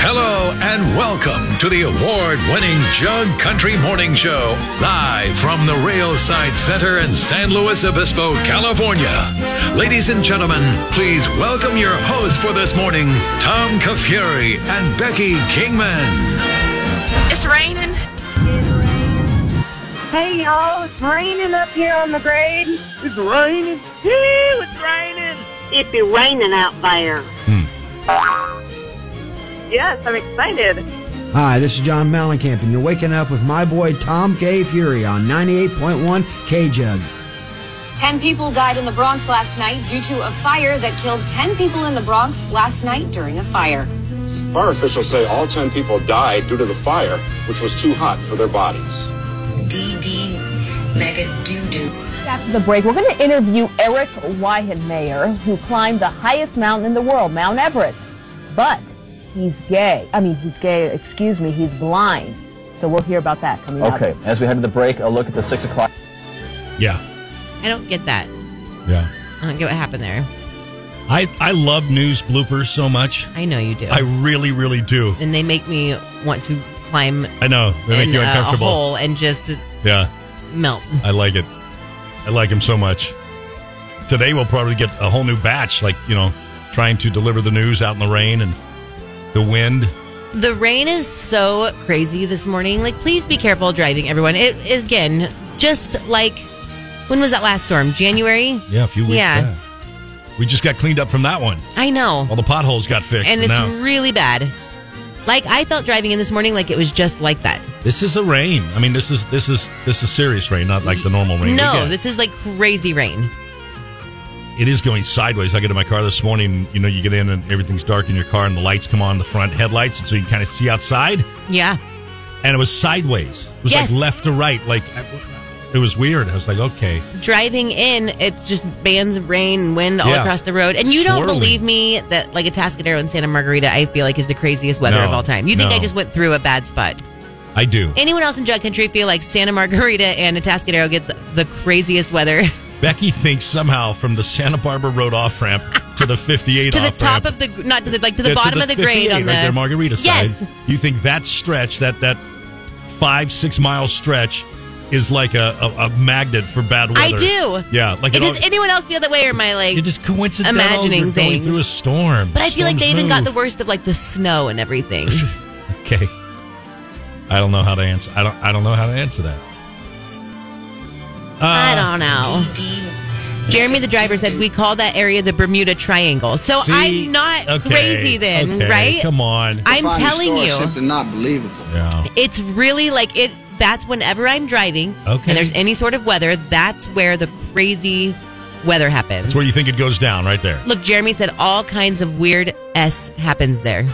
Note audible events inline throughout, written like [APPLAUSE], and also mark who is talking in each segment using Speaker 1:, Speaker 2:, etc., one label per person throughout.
Speaker 1: Hello and welcome to the award winning Jug Country Morning Show, live from the Railside Center in San Luis Obispo, California. Ladies and gentlemen, please welcome your hosts for this morning, Tom Kafuri and Becky Kingman.
Speaker 2: It's raining.
Speaker 3: Hey y'all, it's raining up here on the grade. It's raining. Woo, it's raining.
Speaker 4: It be raining out there.
Speaker 3: Yes, I'm excited.
Speaker 5: Hi, this is John Mellencamp, and you're waking up with my boy Tom K. Fury on 98.1 K Jug.
Speaker 6: Ten people died in the Bronx last night due to a fire that killed ten people in the Bronx last night during a fire.
Speaker 7: Fire officials say all 10 people died due to the fire, which was too hot for their bodies.
Speaker 8: DD Mega Doo Doo.
Speaker 9: After the break, we're going to interview Eric Weihenmayer, who climbed the highest mountain in the world, Mount Everest. But he's gay. I mean, he's gay, excuse me, he's blind. So we'll hear about that coming up.
Speaker 10: Okay, as we head to the break, a look at the six o'clock.
Speaker 11: Yeah,
Speaker 2: I don't get that.
Speaker 11: yeah.
Speaker 2: I don't get what happened there.
Speaker 11: I I love news bloopers so much.
Speaker 2: I know you do.
Speaker 11: I really, really do.
Speaker 2: and they make me want to climb
Speaker 11: I know they make
Speaker 2: in
Speaker 11: you
Speaker 2: uh, a
Speaker 11: uncomfortable.
Speaker 2: hole and just
Speaker 11: yeah,
Speaker 2: melt.
Speaker 11: I like it. I like him so much. Today we'll probably get a whole new batch, like you know, trying to deliver the news out in the rain and the wind.
Speaker 2: The rain is so crazy this morning. Like, please be careful driving, everyone. It is again just like when was that last storm? January.
Speaker 11: Yeah, a few weeks.
Speaker 2: Yeah.
Speaker 11: back. we just got cleaned up from that one.
Speaker 2: I know,
Speaker 11: All the potholes got fixed.
Speaker 2: and it's
Speaker 11: now
Speaker 2: really bad. Like I felt driving in this morning, like it was just like that.
Speaker 11: this is the rain. I mean, this is this is this is serious rain, not like the normal rain. we
Speaker 2: no,
Speaker 11: get.
Speaker 2: this is like crazy rain.
Speaker 11: it is going sideways. I get in my car this morning. You know, you get in and everything's dark in your car, and the lights come on, the front headlights, and so you can kind of see outside.
Speaker 2: Yeah,
Speaker 11: And it was sideways. It was
Speaker 2: Yes.
Speaker 11: like left to right. Like it was weird. I was like, okay,
Speaker 2: driving in, it's just bands of rain and wind all
Speaker 11: Yeah.
Speaker 2: across the road. And you don't
Speaker 11: Swirling.
Speaker 2: believe me that like a Atascadero and Santa Margarita, I feel like is the craziest weather
Speaker 11: No,
Speaker 2: of all time. You think
Speaker 11: no.
Speaker 2: I just went through a bad spot?
Speaker 11: I do.
Speaker 2: Anyone else in Jug Country feel like Santa Margarita and Atascadero gets the craziest weather [LAUGHS]
Speaker 11: Becky thinks somehow from the Santa Barbara Road off ramp to the 58
Speaker 2: to the
Speaker 11: off
Speaker 2: top
Speaker 11: ramp,
Speaker 2: of the not to the like to
Speaker 11: Yeah,
Speaker 2: the bottom of the grade
Speaker 11: 58
Speaker 2: on the
Speaker 11: right there, Margarita side.
Speaker 2: Yes,
Speaker 11: You think that stretch, that that five six mile stretch, is like a, a, a magnet for bad weather?
Speaker 2: I do.
Speaker 11: Yeah, like
Speaker 2: And
Speaker 11: it all-
Speaker 2: does anyone else feel that way, or am I like?
Speaker 11: You're just coincidental.
Speaker 2: imagining
Speaker 11: You're going
Speaker 2: things.
Speaker 11: through a storm.
Speaker 2: but I feel like they
Speaker 11: Storms
Speaker 2: even got the
Speaker 11: move.
Speaker 2: worst of like the snow and everything.
Speaker 11: [LAUGHS] Okay. I don't know how to answer. I don't. I don't know how to answer that. Uh,
Speaker 2: I don't know.
Speaker 8: DD
Speaker 2: Jeremy, the driver, said we call that area the Bermuda Triangle. So
Speaker 11: see?
Speaker 2: I'm not
Speaker 11: Okay.
Speaker 2: crazy then,
Speaker 11: Okay.
Speaker 2: right?
Speaker 11: Come on.
Speaker 2: I'm telling you,
Speaker 10: not believable.
Speaker 11: Yeah.
Speaker 2: it's really like it. That's whenever I'm driving,
Speaker 11: Okay.
Speaker 2: and there's any sort of weather, that's where the crazy weather happens.
Speaker 11: That's where you think it goes down, right there.
Speaker 2: Look, Jeremy said all kinds of weird s happens there.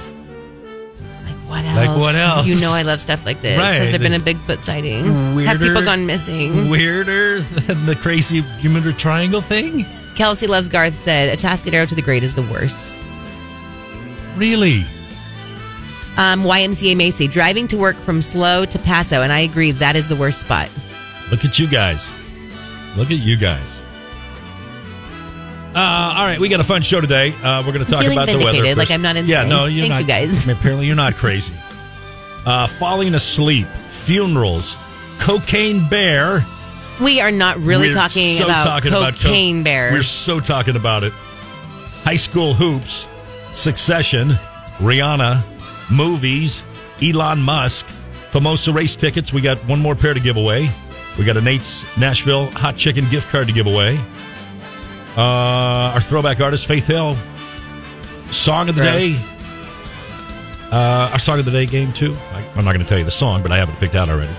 Speaker 2: Like what else?
Speaker 11: Like what else?
Speaker 2: You know I love stuff like this.
Speaker 11: Right.
Speaker 2: Has there been a Bigfoot sighting? Have
Speaker 11: Weirder.
Speaker 2: people gone missing?
Speaker 11: Weirder than the crazy Bermuda Triangle thing.
Speaker 2: Kelsey loves Garth said Atascadero to the Great is the worst.
Speaker 11: Really?
Speaker 2: Um, YMCA Macy, driving to work from Slow to Paso, and I agree that is the worst spot.
Speaker 11: Look at you guys. Look at you guys. Uh, all right, we got a fun show today. Uh, we're going to talk
Speaker 2: feeling
Speaker 11: about the weather.
Speaker 2: vindicated, like
Speaker 11: Chris.
Speaker 2: I'm not insane.
Speaker 11: Yeah, no, you're
Speaker 2: Thank
Speaker 11: not.
Speaker 2: you, guys.
Speaker 11: I mean, apparently, you're not crazy. Uh, falling asleep, funerals, cocaine bear.
Speaker 2: We are not really
Speaker 11: We're
Speaker 2: talking
Speaker 11: so
Speaker 2: about
Speaker 11: talking about co-
Speaker 2: cocaine bear.
Speaker 11: We're so talking about it. High school hoops, Succession, Rihanna, movies, Elon Musk, Famosa race tickets. We got one more pair to give away. We got a Nate's Nashville hot chicken gift card to give away. Uh, our throwback artist Faith Hill, song of the
Speaker 2: Gross.
Speaker 11: day. Uh, our song of the day game too. I, I'm not going to tell you the song, but I have it picked out already.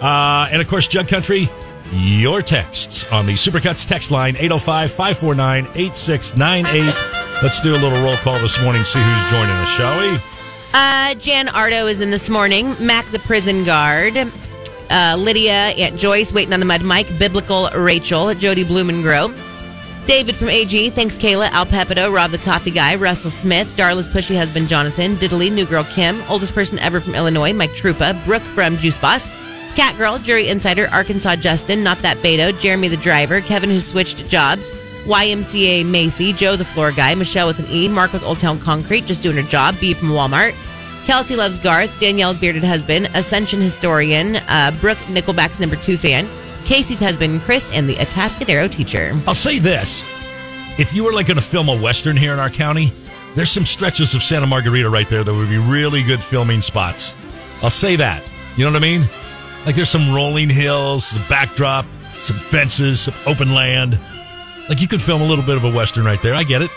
Speaker 11: Uh, and of course, Jug Country, your texts on the Supercuts text line 805 549 8698. Let's do a little roll call this morning, see who's joining us, shall we?
Speaker 2: Uh, Jan Ardo is in this morning. Mac the prison guard. Uh, Lydia, Aunt Joyce, waiting on the mud. Mike, biblical Rachel, Jody Blumengrow, David from AG, thanks Kayla, Al Pepito, Rob the Coffee Guy, Russell Smith, Darla's pushy husband Jonathan, Diddley, New Girl Kim, oldest person ever from Illinois, Mike Trupa, Brooke from Juice Boss, Cat Girl, Jury Insider, Arkansas Justin, Not That Beto, Jeremy the Driver, Kevin who switched jobs, YMCA Macy, Joe the Floor Guy, Michelle with an E, Mark with Old Town Concrete, just doing her job, B from Walmart, Kelsey loves Garth, Danielle's bearded husband, Ascension historian, uh, Brooke Nickelback's number two fan, Casey's husband Chris, and the Atascadero teacher.
Speaker 11: I'll say this. If you were like going to film a western here in our county, there's some stretches of Santa Margarita right there that would be really good filming spots. I'll say that. You know what I mean? Like there's some rolling hills, some backdrop, some fences, some open land. Like you could film a little bit of a western right there. I get it.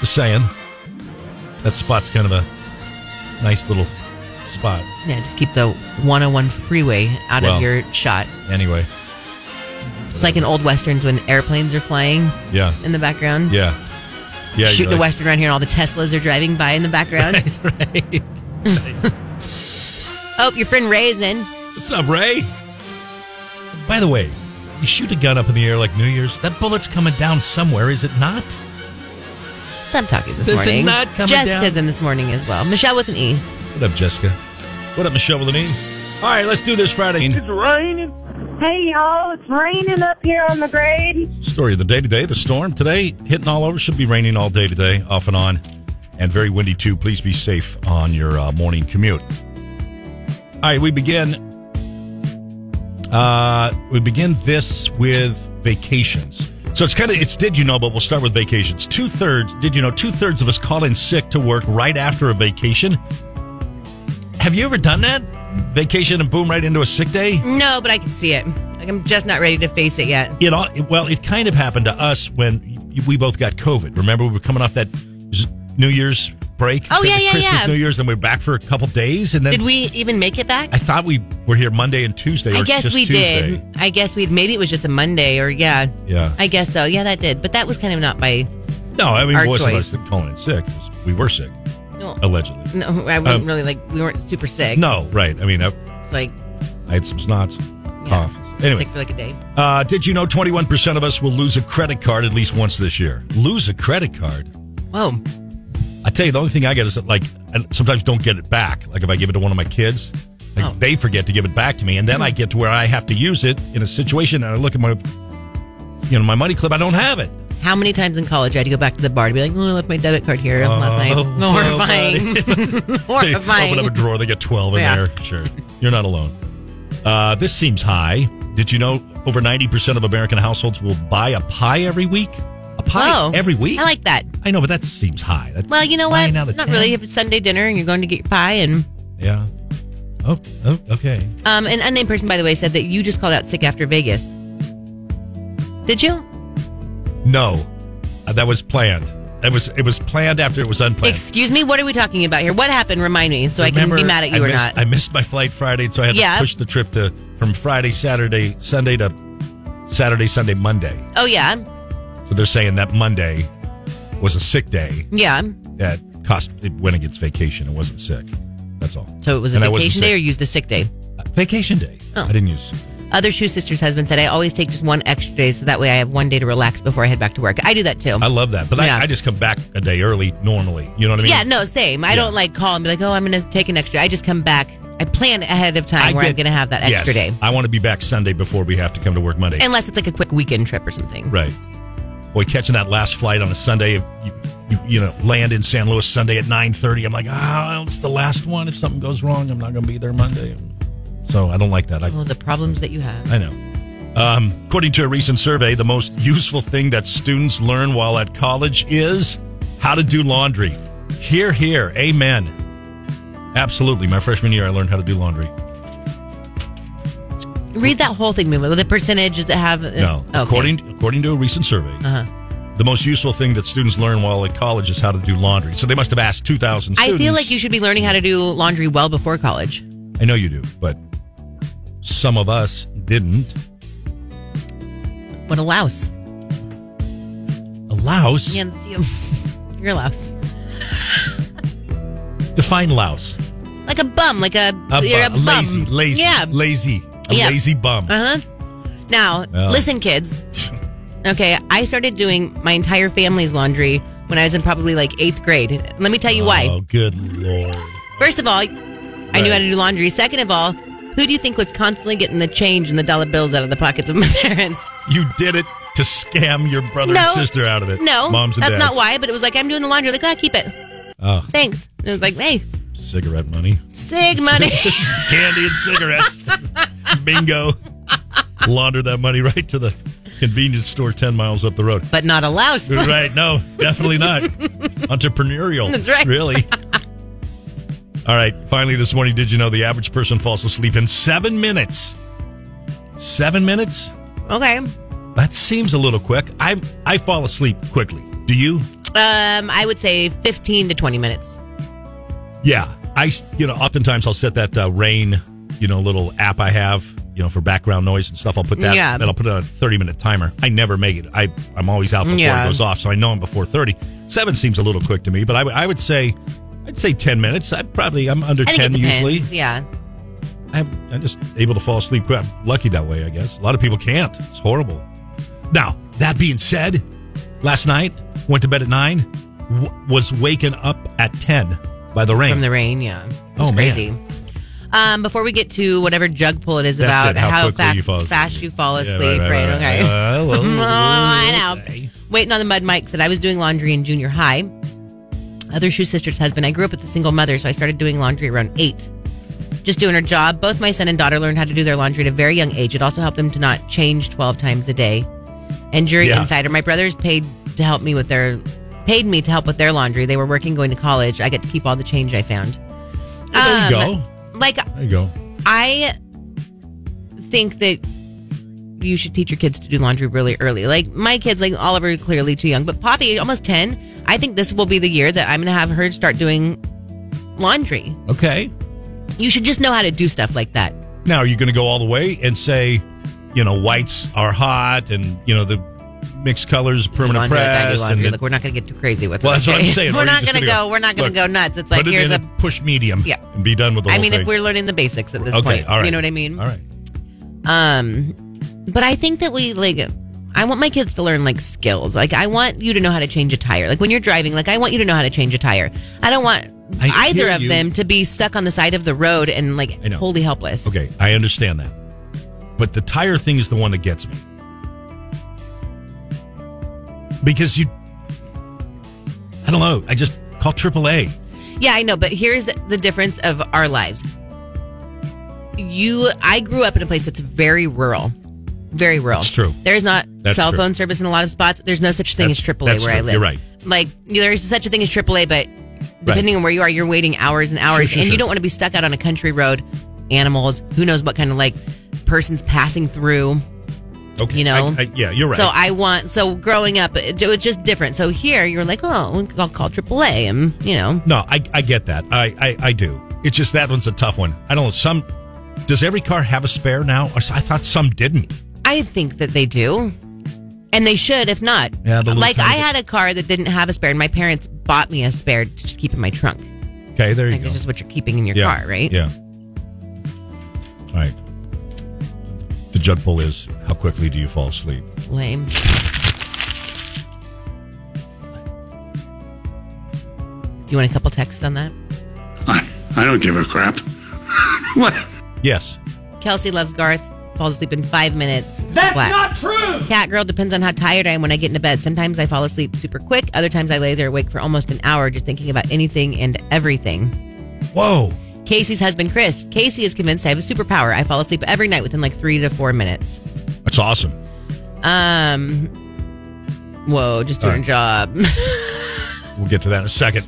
Speaker 11: Just saying. That spot's kind of a nice little spot.
Speaker 2: Yeah, just keep the 101 freeway out
Speaker 11: Well.
Speaker 2: of your shot.
Speaker 11: Anyway,
Speaker 2: It's like in old westerns when airplanes are flying
Speaker 11: yeah.
Speaker 2: in the background.
Speaker 11: Yeah. Yeah. you're
Speaker 2: Shooting a
Speaker 11: like-
Speaker 2: western around here, and all the Teslas are driving by in the background.
Speaker 11: [LAUGHS]
Speaker 2: [LAUGHS]
Speaker 11: Right.
Speaker 2: oh, your friend Ray's in.
Speaker 11: What's up, Ray? By the way, you shoot a gun up in the air like New Year's, that bullet's coming down somewhere, is it not?
Speaker 2: Stop talking this,
Speaker 11: This is
Speaker 2: morning.
Speaker 11: not coming
Speaker 2: Jessica's
Speaker 11: down.
Speaker 2: in this morning as well. Michelle with an E.
Speaker 11: What up, Jessica? What up, Michelle with an E? All right, let's do this Friday.
Speaker 3: It's raining.
Speaker 4: Hey, y'all, it's raining up here on the grade.
Speaker 11: Story of the day today the storm today hitting all over. Should be raining all day today, off and on, and very windy too. Please be safe on your uh, morning commute. All right, we begin. Uh, we begin this with vacations. So it's kind of it's did you know, but we'll start with vacations. Two thirds did you know? Two thirds of us call in sick to work right after a vacation. Have you ever done that? Vacation and boom, right into a sick day.
Speaker 2: No, but I can see it. Like I'm just not ready to face it yet.
Speaker 11: It all well, it kind of happened to us when we both got COVID. Remember, we were coming off that New Year's break.
Speaker 2: Oh,
Speaker 11: We
Speaker 2: yeah,
Speaker 11: had the
Speaker 2: yeah,
Speaker 11: Christmas,
Speaker 2: yeah.
Speaker 11: New Year's, and we were back for a couple days, and then
Speaker 2: Did we even make it back?
Speaker 11: I thought we were here Monday and Tuesday.
Speaker 2: I
Speaker 11: or
Speaker 2: guess
Speaker 11: just
Speaker 2: we
Speaker 11: Tuesday.
Speaker 2: did. I guess we maybe it was just a Monday or yeah.
Speaker 11: Yeah.
Speaker 2: I guess so. Yeah, that did. But that was kind of not by
Speaker 11: No, I mean,
Speaker 2: Our
Speaker 11: it wasn't
Speaker 2: choice.
Speaker 11: us that calling it sick. It was- We were sick,
Speaker 2: no.
Speaker 11: allegedly.
Speaker 2: No, I wasn't
Speaker 11: Um,
Speaker 2: really like we weren't super sick.
Speaker 11: No, right? I mean, I,
Speaker 2: It's like
Speaker 11: I had some snots, coughs. Anyway,
Speaker 2: sick for like a day.
Speaker 11: Uh, did you know 21% of us will lose a credit card at least once this year? Lose a credit card?
Speaker 2: Whoa.
Speaker 11: I tell you, the only thing I get is that, like, I sometimes don't get it back. Like, if I give it to one of my kids, like,
Speaker 2: Oh. Hmm.
Speaker 11: they forget to give it back to me. And then I get to where I have to use it in a situation and I look at my, you know, my money clip, I don't have it.
Speaker 2: How many times in college I had to go back to the bar to be like, oh, I left my debit card here last night.
Speaker 11: Oh,
Speaker 2: No, [LAUGHS] horrifying.
Speaker 11: [LAUGHS] They open up a
Speaker 2: horrifying.
Speaker 11: drawer, they get 12 in
Speaker 2: Yeah.
Speaker 11: there. Sure. You're not alone. Uh, this seems high. Did you know over 90% of American households will buy a pie every week? A pie
Speaker 2: Whoa.
Speaker 11: every week?
Speaker 2: Oh. I like that.
Speaker 11: I know, but that seems high. That's
Speaker 2: Well, you know what?
Speaker 11: nine
Speaker 2: Not
Speaker 11: out of 10.
Speaker 2: really. If it's Sunday dinner and you're going to get your pie and
Speaker 11: Yeah. Oh, oh, okay.
Speaker 2: um an unnamed person by the way said that you just called out sick after Vegas. Did you?
Speaker 11: No, Uh, that was planned. That was it was planned after it was unplanned.
Speaker 2: Excuse me, what are we talking about here? What happened? Remind me so I
Speaker 11: Remember,
Speaker 2: can be mad at you
Speaker 11: I
Speaker 2: or
Speaker 11: missed-
Speaker 2: not.
Speaker 11: I missed my flight Friday, so I had
Speaker 2: Yeah.
Speaker 11: to push the trip to from Friday, Saturday, Sunday to Saturday, Sunday, Monday.
Speaker 2: oh yeah.
Speaker 11: So they're saying that Monday was a sick day
Speaker 2: Yeah.
Speaker 11: that cost it went against vacation. It wasn't sick. That's all.
Speaker 2: So it was a
Speaker 11: And I wasn't
Speaker 2: vacation day or
Speaker 11: sick.
Speaker 2: used the sick day?
Speaker 11: Uh, vacation day.
Speaker 2: Oh.
Speaker 11: I didn't use.
Speaker 2: Other shoe sister's husband said, I always take just one extra day so that way I have one day to relax before I head back to work. I do that too.
Speaker 11: I love that, but
Speaker 2: Yeah.
Speaker 11: I, I just come back a day early normally. You know what I mean?
Speaker 2: yeah, no, same. I
Speaker 11: Yeah.
Speaker 2: don't like call and be like, oh, I'm going to take an extra. I just come back. I plan ahead of time
Speaker 11: I
Speaker 2: where I'm
Speaker 11: get-
Speaker 2: going to have that extra
Speaker 11: yes,
Speaker 2: day.
Speaker 11: I want to be back Sunday before we have to come to work Monday.
Speaker 2: Unless it's like a quick weekend trip or something.
Speaker 11: Right. Boy, catching that last flight on a Sunday, you, you, you know, land in San Luis Sunday at nine thirty. I'm like, ah, it's the last one. If something goes wrong, I'm not going to be there Monday. So I don't like that. I,
Speaker 2: Oh, the problems that you have.
Speaker 11: I know. Um, according to a recent survey, the most useful thing that students learn while at college is how to do laundry. Here, here, amen. Absolutely, my freshman year, I learned how to do laundry.
Speaker 2: Read that whole thing, Mimo. The percentages that have. uh,
Speaker 11: No,
Speaker 2: Okay.
Speaker 11: according according to a recent survey,
Speaker 2: Uh-huh.
Speaker 11: the most useful thing that students learn while at college is how to do laundry. So they must have asked 2,000 students.
Speaker 2: I feel like you should be learning how to do laundry well before college.
Speaker 11: I know you do, but some of us didn't.
Speaker 2: What a
Speaker 11: [LAUGHS]
Speaker 2: louse.
Speaker 11: A louse?
Speaker 2: Yeah, that's you. You're a louse.
Speaker 11: Define louse.
Speaker 2: Like a bum, like a,
Speaker 11: A, bu-
Speaker 2: you're a
Speaker 11: a
Speaker 2: bum.
Speaker 11: lazy, lazy,
Speaker 2: Yeah.
Speaker 11: lazy. A
Speaker 2: Yeah. Uh-huh.
Speaker 11: lazy bum.
Speaker 2: Uh huh. Now,
Speaker 11: Yeah.
Speaker 2: listen, kids. Okay, I started doing my entire family's laundry when I was in probably like eighth grade. Let me tell you
Speaker 11: Oh,
Speaker 2: why.
Speaker 11: good lord.
Speaker 2: First of all, I knew how to do laundry. Second of all, who do you think was constantly getting the change and the dollar bills out of the pockets of my [LAUGHS] parents?
Speaker 11: You did it to scam your brother and sister out of it.
Speaker 2: No,
Speaker 11: Moms and
Speaker 2: that's
Speaker 11: dads.
Speaker 2: not why. But it was like I'm doing the laundry. Like, oh, keep it.
Speaker 11: Oh,
Speaker 2: Thanks. And it was like, hey,
Speaker 11: cigarette money.
Speaker 2: sig money.
Speaker 11: [LAUGHS] Candy and cigarettes. Bingo. Launder that money right to the convenience store 10 miles up the road.
Speaker 2: but not a louse.
Speaker 11: Right. No, definitely not. Entrepreneurial.
Speaker 2: That's right.
Speaker 11: Really. All right. Finally, this morning, did you know the average person falls asleep in seven minutes? Seven minutes?
Speaker 2: [LAUGHS] Okay.
Speaker 11: That seems a little quick. I I fall asleep quickly. Do you?
Speaker 2: Um, I would say 15 to 20 minutes.
Speaker 11: Yeah, I you know oftentimes I'll set that uh, rain you know little app I have you know for background noise and stuff. I'll put that
Speaker 2: Yeah.
Speaker 11: and I'll put it on a thirty minute timer. I never make it. I I'm always out before
Speaker 2: Yeah.
Speaker 11: it goes off, so I know I'm before thirty. Seven seems a little quick to me, but I would- I would say I'd say ten minutes. I probably I'm under
Speaker 2: I think
Speaker 11: ten
Speaker 2: it depends.
Speaker 11: usually.
Speaker 2: Yeah.
Speaker 11: I'm, I'm just able to fall asleep. quick. I'm lucky that way, I guess. A lot of people can't. It's horrible. Now, that being said, last night went to bed at nine, w- was waken up at ten by the rain.
Speaker 2: From the rain, yeah. It's
Speaker 11: Oh, man.
Speaker 2: crazy. Um, before we get to whatever jug pull it is
Speaker 11: That's
Speaker 2: about
Speaker 11: it, how quickly
Speaker 2: fa-
Speaker 11: you fall asleep.
Speaker 2: fast you fall
Speaker 11: Yeah,
Speaker 2: asleep,
Speaker 11: right, right, right,
Speaker 2: okay.
Speaker 11: right.
Speaker 2: [LAUGHS]
Speaker 11: Well,
Speaker 2: oh, I
Speaker 11: okay.
Speaker 2: know. Waiting on the mud mic said I was doing laundry in junior high. Other shoe sister's husband. I grew up with a single mother, so I started doing laundry around eight. Just doing her job. Both my son and daughter learned how to do their laundry at a very young age. It also helped them to not change twelve times a day. And jury
Speaker 12: Yeah.
Speaker 2: insider, my brothers paid to help me with their paid me to help with their laundry. They were working, going to college. I get to keep all the change I found.
Speaker 11: Well, there you
Speaker 2: Um, Like
Speaker 11: There you go.
Speaker 2: I think that you should teach your kids to do laundry really early. Like my kids, like Oliver, clearly too young, but Poppy, almost ten. I think this will be the year that I'm going to have her start doing laundry.
Speaker 11: Okay.
Speaker 2: You should just know how to do stuff like that.
Speaker 11: Now, are you going to go all the way and say, you know, whites are hot and, you know, the mixed colors, permanent
Speaker 2: Laundry, baggy
Speaker 11: press?
Speaker 2: laundry.
Speaker 11: and
Speaker 2: Look, we're not going to get too crazy with
Speaker 11: Well,
Speaker 2: it.
Speaker 11: that's what I'm
Speaker 2: okay? [LAUGHS]
Speaker 11: saying. Or
Speaker 2: We're
Speaker 11: you
Speaker 2: not
Speaker 11: just
Speaker 2: going to
Speaker 11: gonna
Speaker 2: go. We're not going
Speaker 11: look,
Speaker 2: to go nuts. It's like
Speaker 11: put it
Speaker 2: here's
Speaker 11: in
Speaker 2: a.
Speaker 11: and push medium
Speaker 2: Yeah.
Speaker 11: and be done with the
Speaker 2: I
Speaker 11: whole
Speaker 2: mean,
Speaker 11: thing.
Speaker 2: if we're learning the basics at this
Speaker 11: Okay,
Speaker 2: point,
Speaker 11: all right.
Speaker 2: you know what I mean.
Speaker 11: All right.
Speaker 2: Um, but I think that we like. I want my kids to learn like skills. Like I want you to know how to change a tire. Like when you're driving, like I want you to know how to change a tire. I don't want
Speaker 11: I
Speaker 2: either
Speaker 11: hear
Speaker 2: of
Speaker 11: you.
Speaker 2: them to be stuck on the side of the road and like
Speaker 11: I know.
Speaker 2: wholly helpless.
Speaker 11: Okay, I understand that. But the tire thing is the one that gets me. Because you I don't know, I just call AAA.
Speaker 2: Yeah, I know, but here's the difference of our lives. You, I grew up in a place that's very rural, very rural.
Speaker 11: That's true.
Speaker 2: There is not
Speaker 11: That's
Speaker 2: cell
Speaker 11: true.
Speaker 2: phone service in a lot of spots. There's no such thing
Speaker 11: That's-
Speaker 2: as AAA
Speaker 11: that's
Speaker 2: where I
Speaker 11: true.
Speaker 2: live.
Speaker 11: You're right.
Speaker 2: Like there is such a thing as AAA, but depending on where you are, you're waiting hours and hours,
Speaker 11: Sure, sure,
Speaker 2: and
Speaker 11: sure.
Speaker 2: you don't want to be stuck out on a country road, animals, who knows what kind of like persons passing through.
Speaker 11: Okay.
Speaker 2: You know?
Speaker 11: I- I- yeah, you're right.
Speaker 2: So I want. So growing up, it, it was just different. So here, you're like, oh, I'll call AAA, and you know.
Speaker 11: No, I, I get that. I, I, I do. It's just that one's a tough one. I don't know. Some does every car have a spare now? Or s- I thought some didn't.
Speaker 2: I think that they do. And they should, if not.
Speaker 11: Yeah, the little
Speaker 2: like I
Speaker 11: tiny-
Speaker 2: had a car that didn't have a spare, and my parents bought me a spare to just keep in my trunk.
Speaker 11: Okay, there you
Speaker 2: Like,
Speaker 11: go.
Speaker 2: it's just what you're keeping in your
Speaker 11: Yeah,
Speaker 2: car, right?
Speaker 11: Yeah. All right. The jug pull is how quickly do you fall asleep?
Speaker 2: Lame. You want a couple texts on that?
Speaker 13: I don't give a crap. [LAUGHS]
Speaker 11: What? Yes.
Speaker 2: Kelsey loves Garth. Falls asleep in five minutes.
Speaker 3: That's not
Speaker 2: true. Cat girl depends on how tired I am when I get into bed. Sometimes I fall asleep super quick. Other times I lay there awake for almost an hour just thinking about anything and everything.
Speaker 11: Whoa.
Speaker 2: Casey's husband, Chris. Casey is convinced I have a superpower. I fall asleep every night within like three to four minutes.
Speaker 11: That's awesome.
Speaker 2: Um, whoa, just doing a job. [LAUGHS]
Speaker 11: We'll get to that in a second.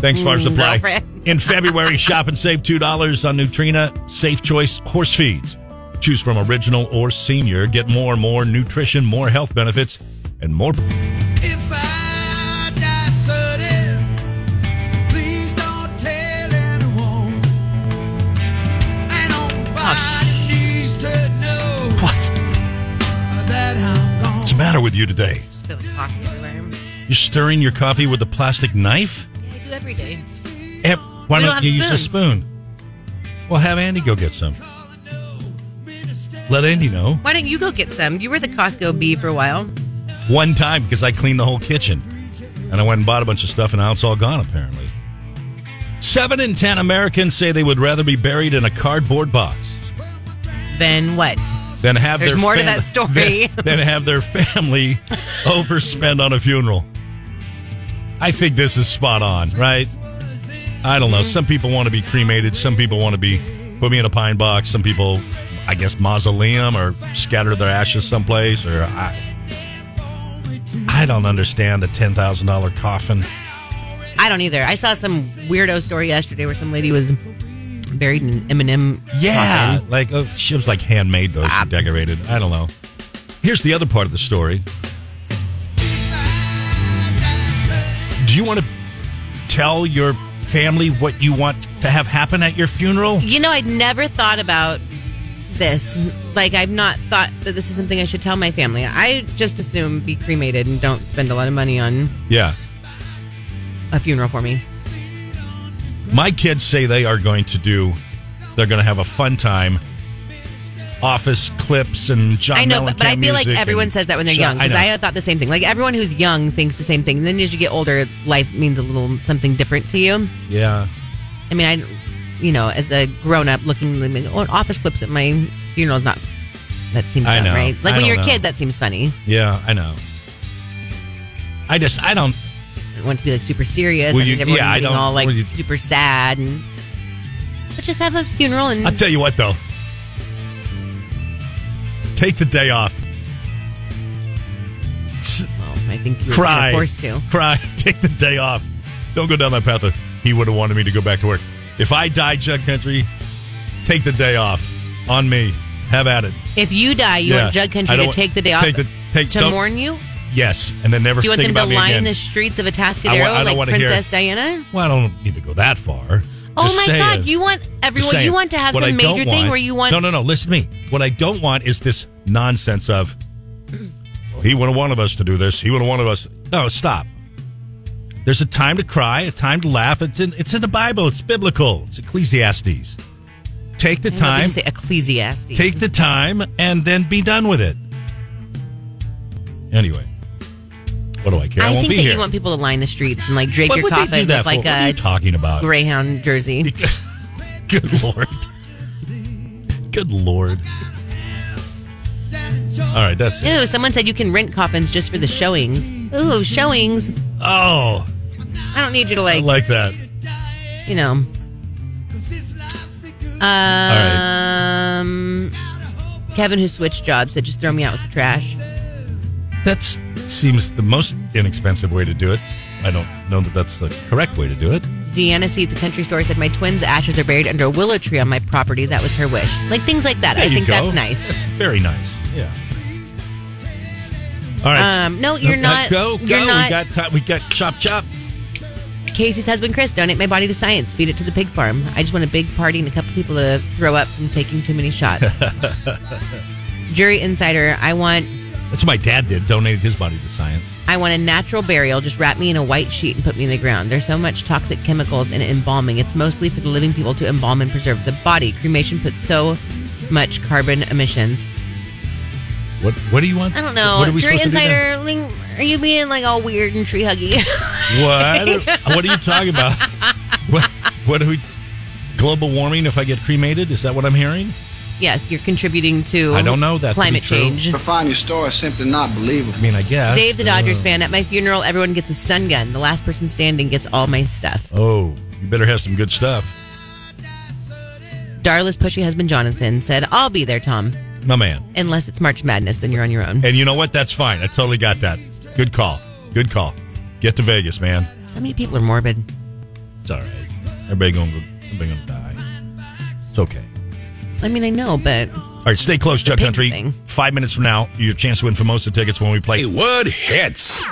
Speaker 11: Thanks, Farm
Speaker 2: [LAUGHS]
Speaker 11: Supply.
Speaker 2: Girlfriend.
Speaker 11: In February, shop and save $2 on Neutrina Safe Choice Horse Feeds. Choose from original or senior. Get more, more nutrition, more health benefits, and more.
Speaker 3: If I die sudden, please don't tell anyone. And
Speaker 2: Oh,
Speaker 3: nobody needs to know
Speaker 11: what?
Speaker 3: that I'm gone.
Speaker 11: What's the matter with you today?
Speaker 2: Spilling coffee everywhere.
Speaker 11: You're stirring your coffee with a plastic knife?
Speaker 2: I do every day.
Speaker 11: Eh, Why
Speaker 2: We don't
Speaker 11: don't
Speaker 2: have
Speaker 11: you use a spoon? Well, have Andy go get some. Let Andy know.
Speaker 2: Why don't you go get some? You were the Costco bee for a while.
Speaker 11: one time because I cleaned the whole kitchen. And I went and bought a bunch of stuff, and now it's all gone, apparently. Seven in ten Americans say they would rather be buried in a cardboard box
Speaker 2: Then what?
Speaker 11: than have
Speaker 2: There's
Speaker 11: their
Speaker 2: more to
Speaker 11: fam-
Speaker 2: that story.
Speaker 11: than, than have their family overspend on a funeral. I think this is spot on, right? I don't know. Some people want to be cremated. Some people want to be put me in a pine box. Some people, I guess, mausoleum or scatter their ashes someplace. Or I, I don't understand the ten thousand dollar coffin.
Speaker 2: I don't either. I saw some weirdo story yesterday where some lady was buried in Eminem.
Speaker 11: Yeah,
Speaker 2: coffin.
Speaker 11: like oh, she was like handmade though, she decorated. I don't know. Here's the other part of the story. Do you want to tell your family what you want to have happen at your funeral?
Speaker 2: You know, I'd never thought about this. Like, I've not thought that this is something I should tell my family. I just assume be cremated and don't spend a lot of money on
Speaker 11: Yeah.
Speaker 2: a funeral for me.
Speaker 11: My kids say they are going to do. They're going to have a fun time. Office clips and John.
Speaker 2: I know, but, but I
Speaker 11: Mellencamp
Speaker 2: feel like
Speaker 11: music
Speaker 2: everyone
Speaker 11: and-
Speaker 2: says that when they're
Speaker 11: Sure,
Speaker 2: young because
Speaker 11: know.
Speaker 2: I, thought the same thing. Like everyone who's young thinks the same thing. And then as you get older, life means a little something different to you.
Speaker 11: yeah.
Speaker 2: I mean, I, you know, as a grown up looking, like, oh, office clips at my funeral is not. That seems
Speaker 11: I
Speaker 2: dumb,
Speaker 11: know.
Speaker 2: right? Like
Speaker 11: I
Speaker 2: when
Speaker 11: don't
Speaker 2: you're a
Speaker 11: know.
Speaker 2: kid, that seems funny.
Speaker 11: Yeah, I know. I just I don't
Speaker 2: I want it to be like super serious.
Speaker 11: Well,
Speaker 2: I
Speaker 11: you-
Speaker 2: need everyone
Speaker 11: yeah, I
Speaker 2: being
Speaker 11: don't-
Speaker 2: all like
Speaker 11: well, you-
Speaker 2: super sad and. But just have a funeral and
Speaker 11: I'll tell you what, though. Take the day off.
Speaker 2: I think you were
Speaker 11: cry.
Speaker 2: forced to.
Speaker 11: Cry. [LAUGHS] Take the day off. Don't go down that path. Of, he would have wanted me to go back to work. If I die, Jug Country, take the day off on me. Have at it.
Speaker 2: if you die, you
Speaker 11: Yeah.
Speaker 2: want Jug
Speaker 11: I
Speaker 2: Country
Speaker 11: don't
Speaker 2: to
Speaker 11: want-
Speaker 2: take the day off
Speaker 11: take the- take-
Speaker 2: to
Speaker 11: don't-
Speaker 2: mourn you.
Speaker 11: Yes, and then never
Speaker 2: Do you want
Speaker 11: think
Speaker 2: them to
Speaker 11: about me
Speaker 2: line
Speaker 11: again.
Speaker 2: the streets of
Speaker 11: I
Speaker 2: Atascadero
Speaker 11: wa- I don't
Speaker 2: like
Speaker 11: wanna hear it.
Speaker 2: Princess Diana?
Speaker 11: well, I don't need to go that far.
Speaker 2: Oh
Speaker 11: Just
Speaker 2: my
Speaker 11: saying.
Speaker 2: God! You want
Speaker 11: Just
Speaker 2: everyone?
Speaker 11: saying.
Speaker 2: You want to have
Speaker 11: What I
Speaker 2: some
Speaker 11: don't
Speaker 2: major thing
Speaker 11: want-
Speaker 2: where you want?
Speaker 11: No, no, no. Listen to me. What I don't want is this nonsense of. Well, he wouldn't want of us to do this. He wouldn't want of us. No, stop. There's a time to cry, a time to laugh. It's in. It's in the Bible. It's biblical. It's Ecclesiastes. Take the
Speaker 2: I love when you
Speaker 11: time.
Speaker 2: say Ecclesiastes.
Speaker 11: Take the time and then be done with it. Anyway, what do I care? I,
Speaker 2: I,
Speaker 11: won't
Speaker 2: think
Speaker 11: be
Speaker 2: that
Speaker 11: here.
Speaker 2: you want people to line the streets and like drape
Speaker 11: What
Speaker 2: your
Speaker 11: would they do
Speaker 2: coffin
Speaker 11: that
Speaker 2: with like
Speaker 11: for? What are
Speaker 2: a
Speaker 11: you talking about?
Speaker 2: greyhound jersey.
Speaker 11: [LAUGHS] Good lord. Good lord. All right, that's it.
Speaker 2: Ew, someone said you can rent coffins just for the showings. Ooh, showings.
Speaker 11: Oh,
Speaker 2: I don't need you to
Speaker 11: I
Speaker 2: like,
Speaker 11: like that.
Speaker 2: you know. Uh,
Speaker 11: right.
Speaker 2: Um, Kevin, who switched jobs, said just throw me out with the trash.
Speaker 11: That seems the most inexpensive way to do it. I don't know that that's the correct way to do it.
Speaker 2: Deanna C at the country store said my twins' ashes are buried under a willow tree on my property. That was her wish. Like things like that.
Speaker 11: There
Speaker 2: I
Speaker 11: you
Speaker 2: think
Speaker 11: go.
Speaker 2: that's nice.
Speaker 11: That's very nice. Yeah. All right.
Speaker 2: Um, no, you're
Speaker 11: Uh,
Speaker 2: not-
Speaker 11: Go, go.
Speaker 2: you're not-
Speaker 11: we got time. We got chop, chop.
Speaker 2: Casey's husband Chris, donate my body to science. Feed it to the pig farm. I just want a big party and a couple people to throw up from taking too many
Speaker 11: [LAUGHS]
Speaker 2: shots. Jury insider, I want
Speaker 11: That's what my dad did. Donated his body to science.
Speaker 2: I want a natural burial. Just wrap me in a white sheet and put me in the ground. There's so much toxic chemicals and embalming. It's mostly for the living people to embalm and preserve the body. Cremation puts so much carbon emissions.
Speaker 11: What What do you want?
Speaker 2: I don't know.
Speaker 11: What are we
Speaker 2: Jury
Speaker 11: supposed to do now?
Speaker 2: insider, I mean, are you being like all weird and tree huggy? [LAUGHS]
Speaker 11: What? [LAUGHS] what are you talking about? What? What are we? Global warming? If I get cremated, is that what I'm hearing?
Speaker 2: yes, you're contributing to
Speaker 11: I don't know that to be
Speaker 2: climate
Speaker 11: true.
Speaker 2: change.
Speaker 10: To find your story is simply not believable.
Speaker 11: I mean, I guess.
Speaker 2: Dave, the Dodgers
Speaker 11: Uh,
Speaker 2: fan, at my funeral, everyone gets a stun gun. The last person standing gets all my stuff.
Speaker 11: Oh, you better have some good stuff,
Speaker 2: Darla's pushy husband, Jonathan, said, I'll be there, Tom.
Speaker 11: my man.
Speaker 2: Unless it's March Madness, then you're on your own.
Speaker 11: And you know what? That's fine. I totally got that. Good call. Good call. Get to Vegas, man.
Speaker 2: So many people are morbid.
Speaker 11: It's all right. Everybody gonna everybody gonna die. It's okay.
Speaker 2: I mean, I know, but
Speaker 11: All right, stay close, Chuck
Speaker 2: pig
Speaker 11: Country.
Speaker 2: thing.
Speaker 11: Five minutes from now, your chance to win Formosa tickets when we play
Speaker 1: Wood hits.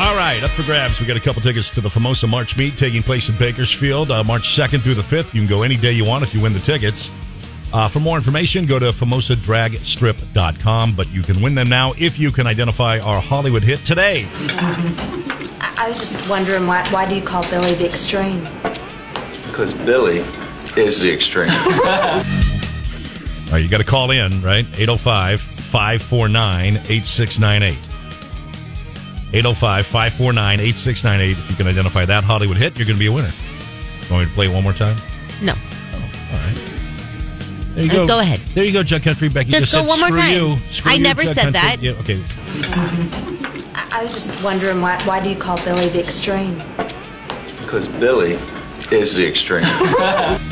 Speaker 11: All right, up for grabs. We got a couple tickets to the Famosa March meet taking place in Bakersfield, uh, March 2nd through the 5th. You can go any day you want if you win the tickets. Uh, for more information, go to FamosaDragStrip.com. But you can win them now if you can identify our Hollywood hit today.
Speaker 12: I was just wondering why, why do you call Billy the extreme?
Speaker 14: Because Billy is the extreme.
Speaker 11: All oh right, you got to call in, right? 805 549 8698. 805 549 8698. If you can identify that Hollywood hit, you're going to be a winner. Want me to play it one more time?
Speaker 2: No.
Speaker 11: All right. There
Speaker 2: Uh, go ahead.
Speaker 11: There you go, Jug Country Becky.
Speaker 2: Just go
Speaker 11: just said,
Speaker 2: one more
Speaker 11: Screw
Speaker 2: time.
Speaker 11: you. Screw
Speaker 2: I
Speaker 11: you,
Speaker 2: never
Speaker 11: Jug
Speaker 2: said
Speaker 11: Country."
Speaker 2: that.
Speaker 11: Yeah, okay.
Speaker 6: I, I was just wondering why, why do you call Billy the extreme?
Speaker 15: Because Billy is the extreme.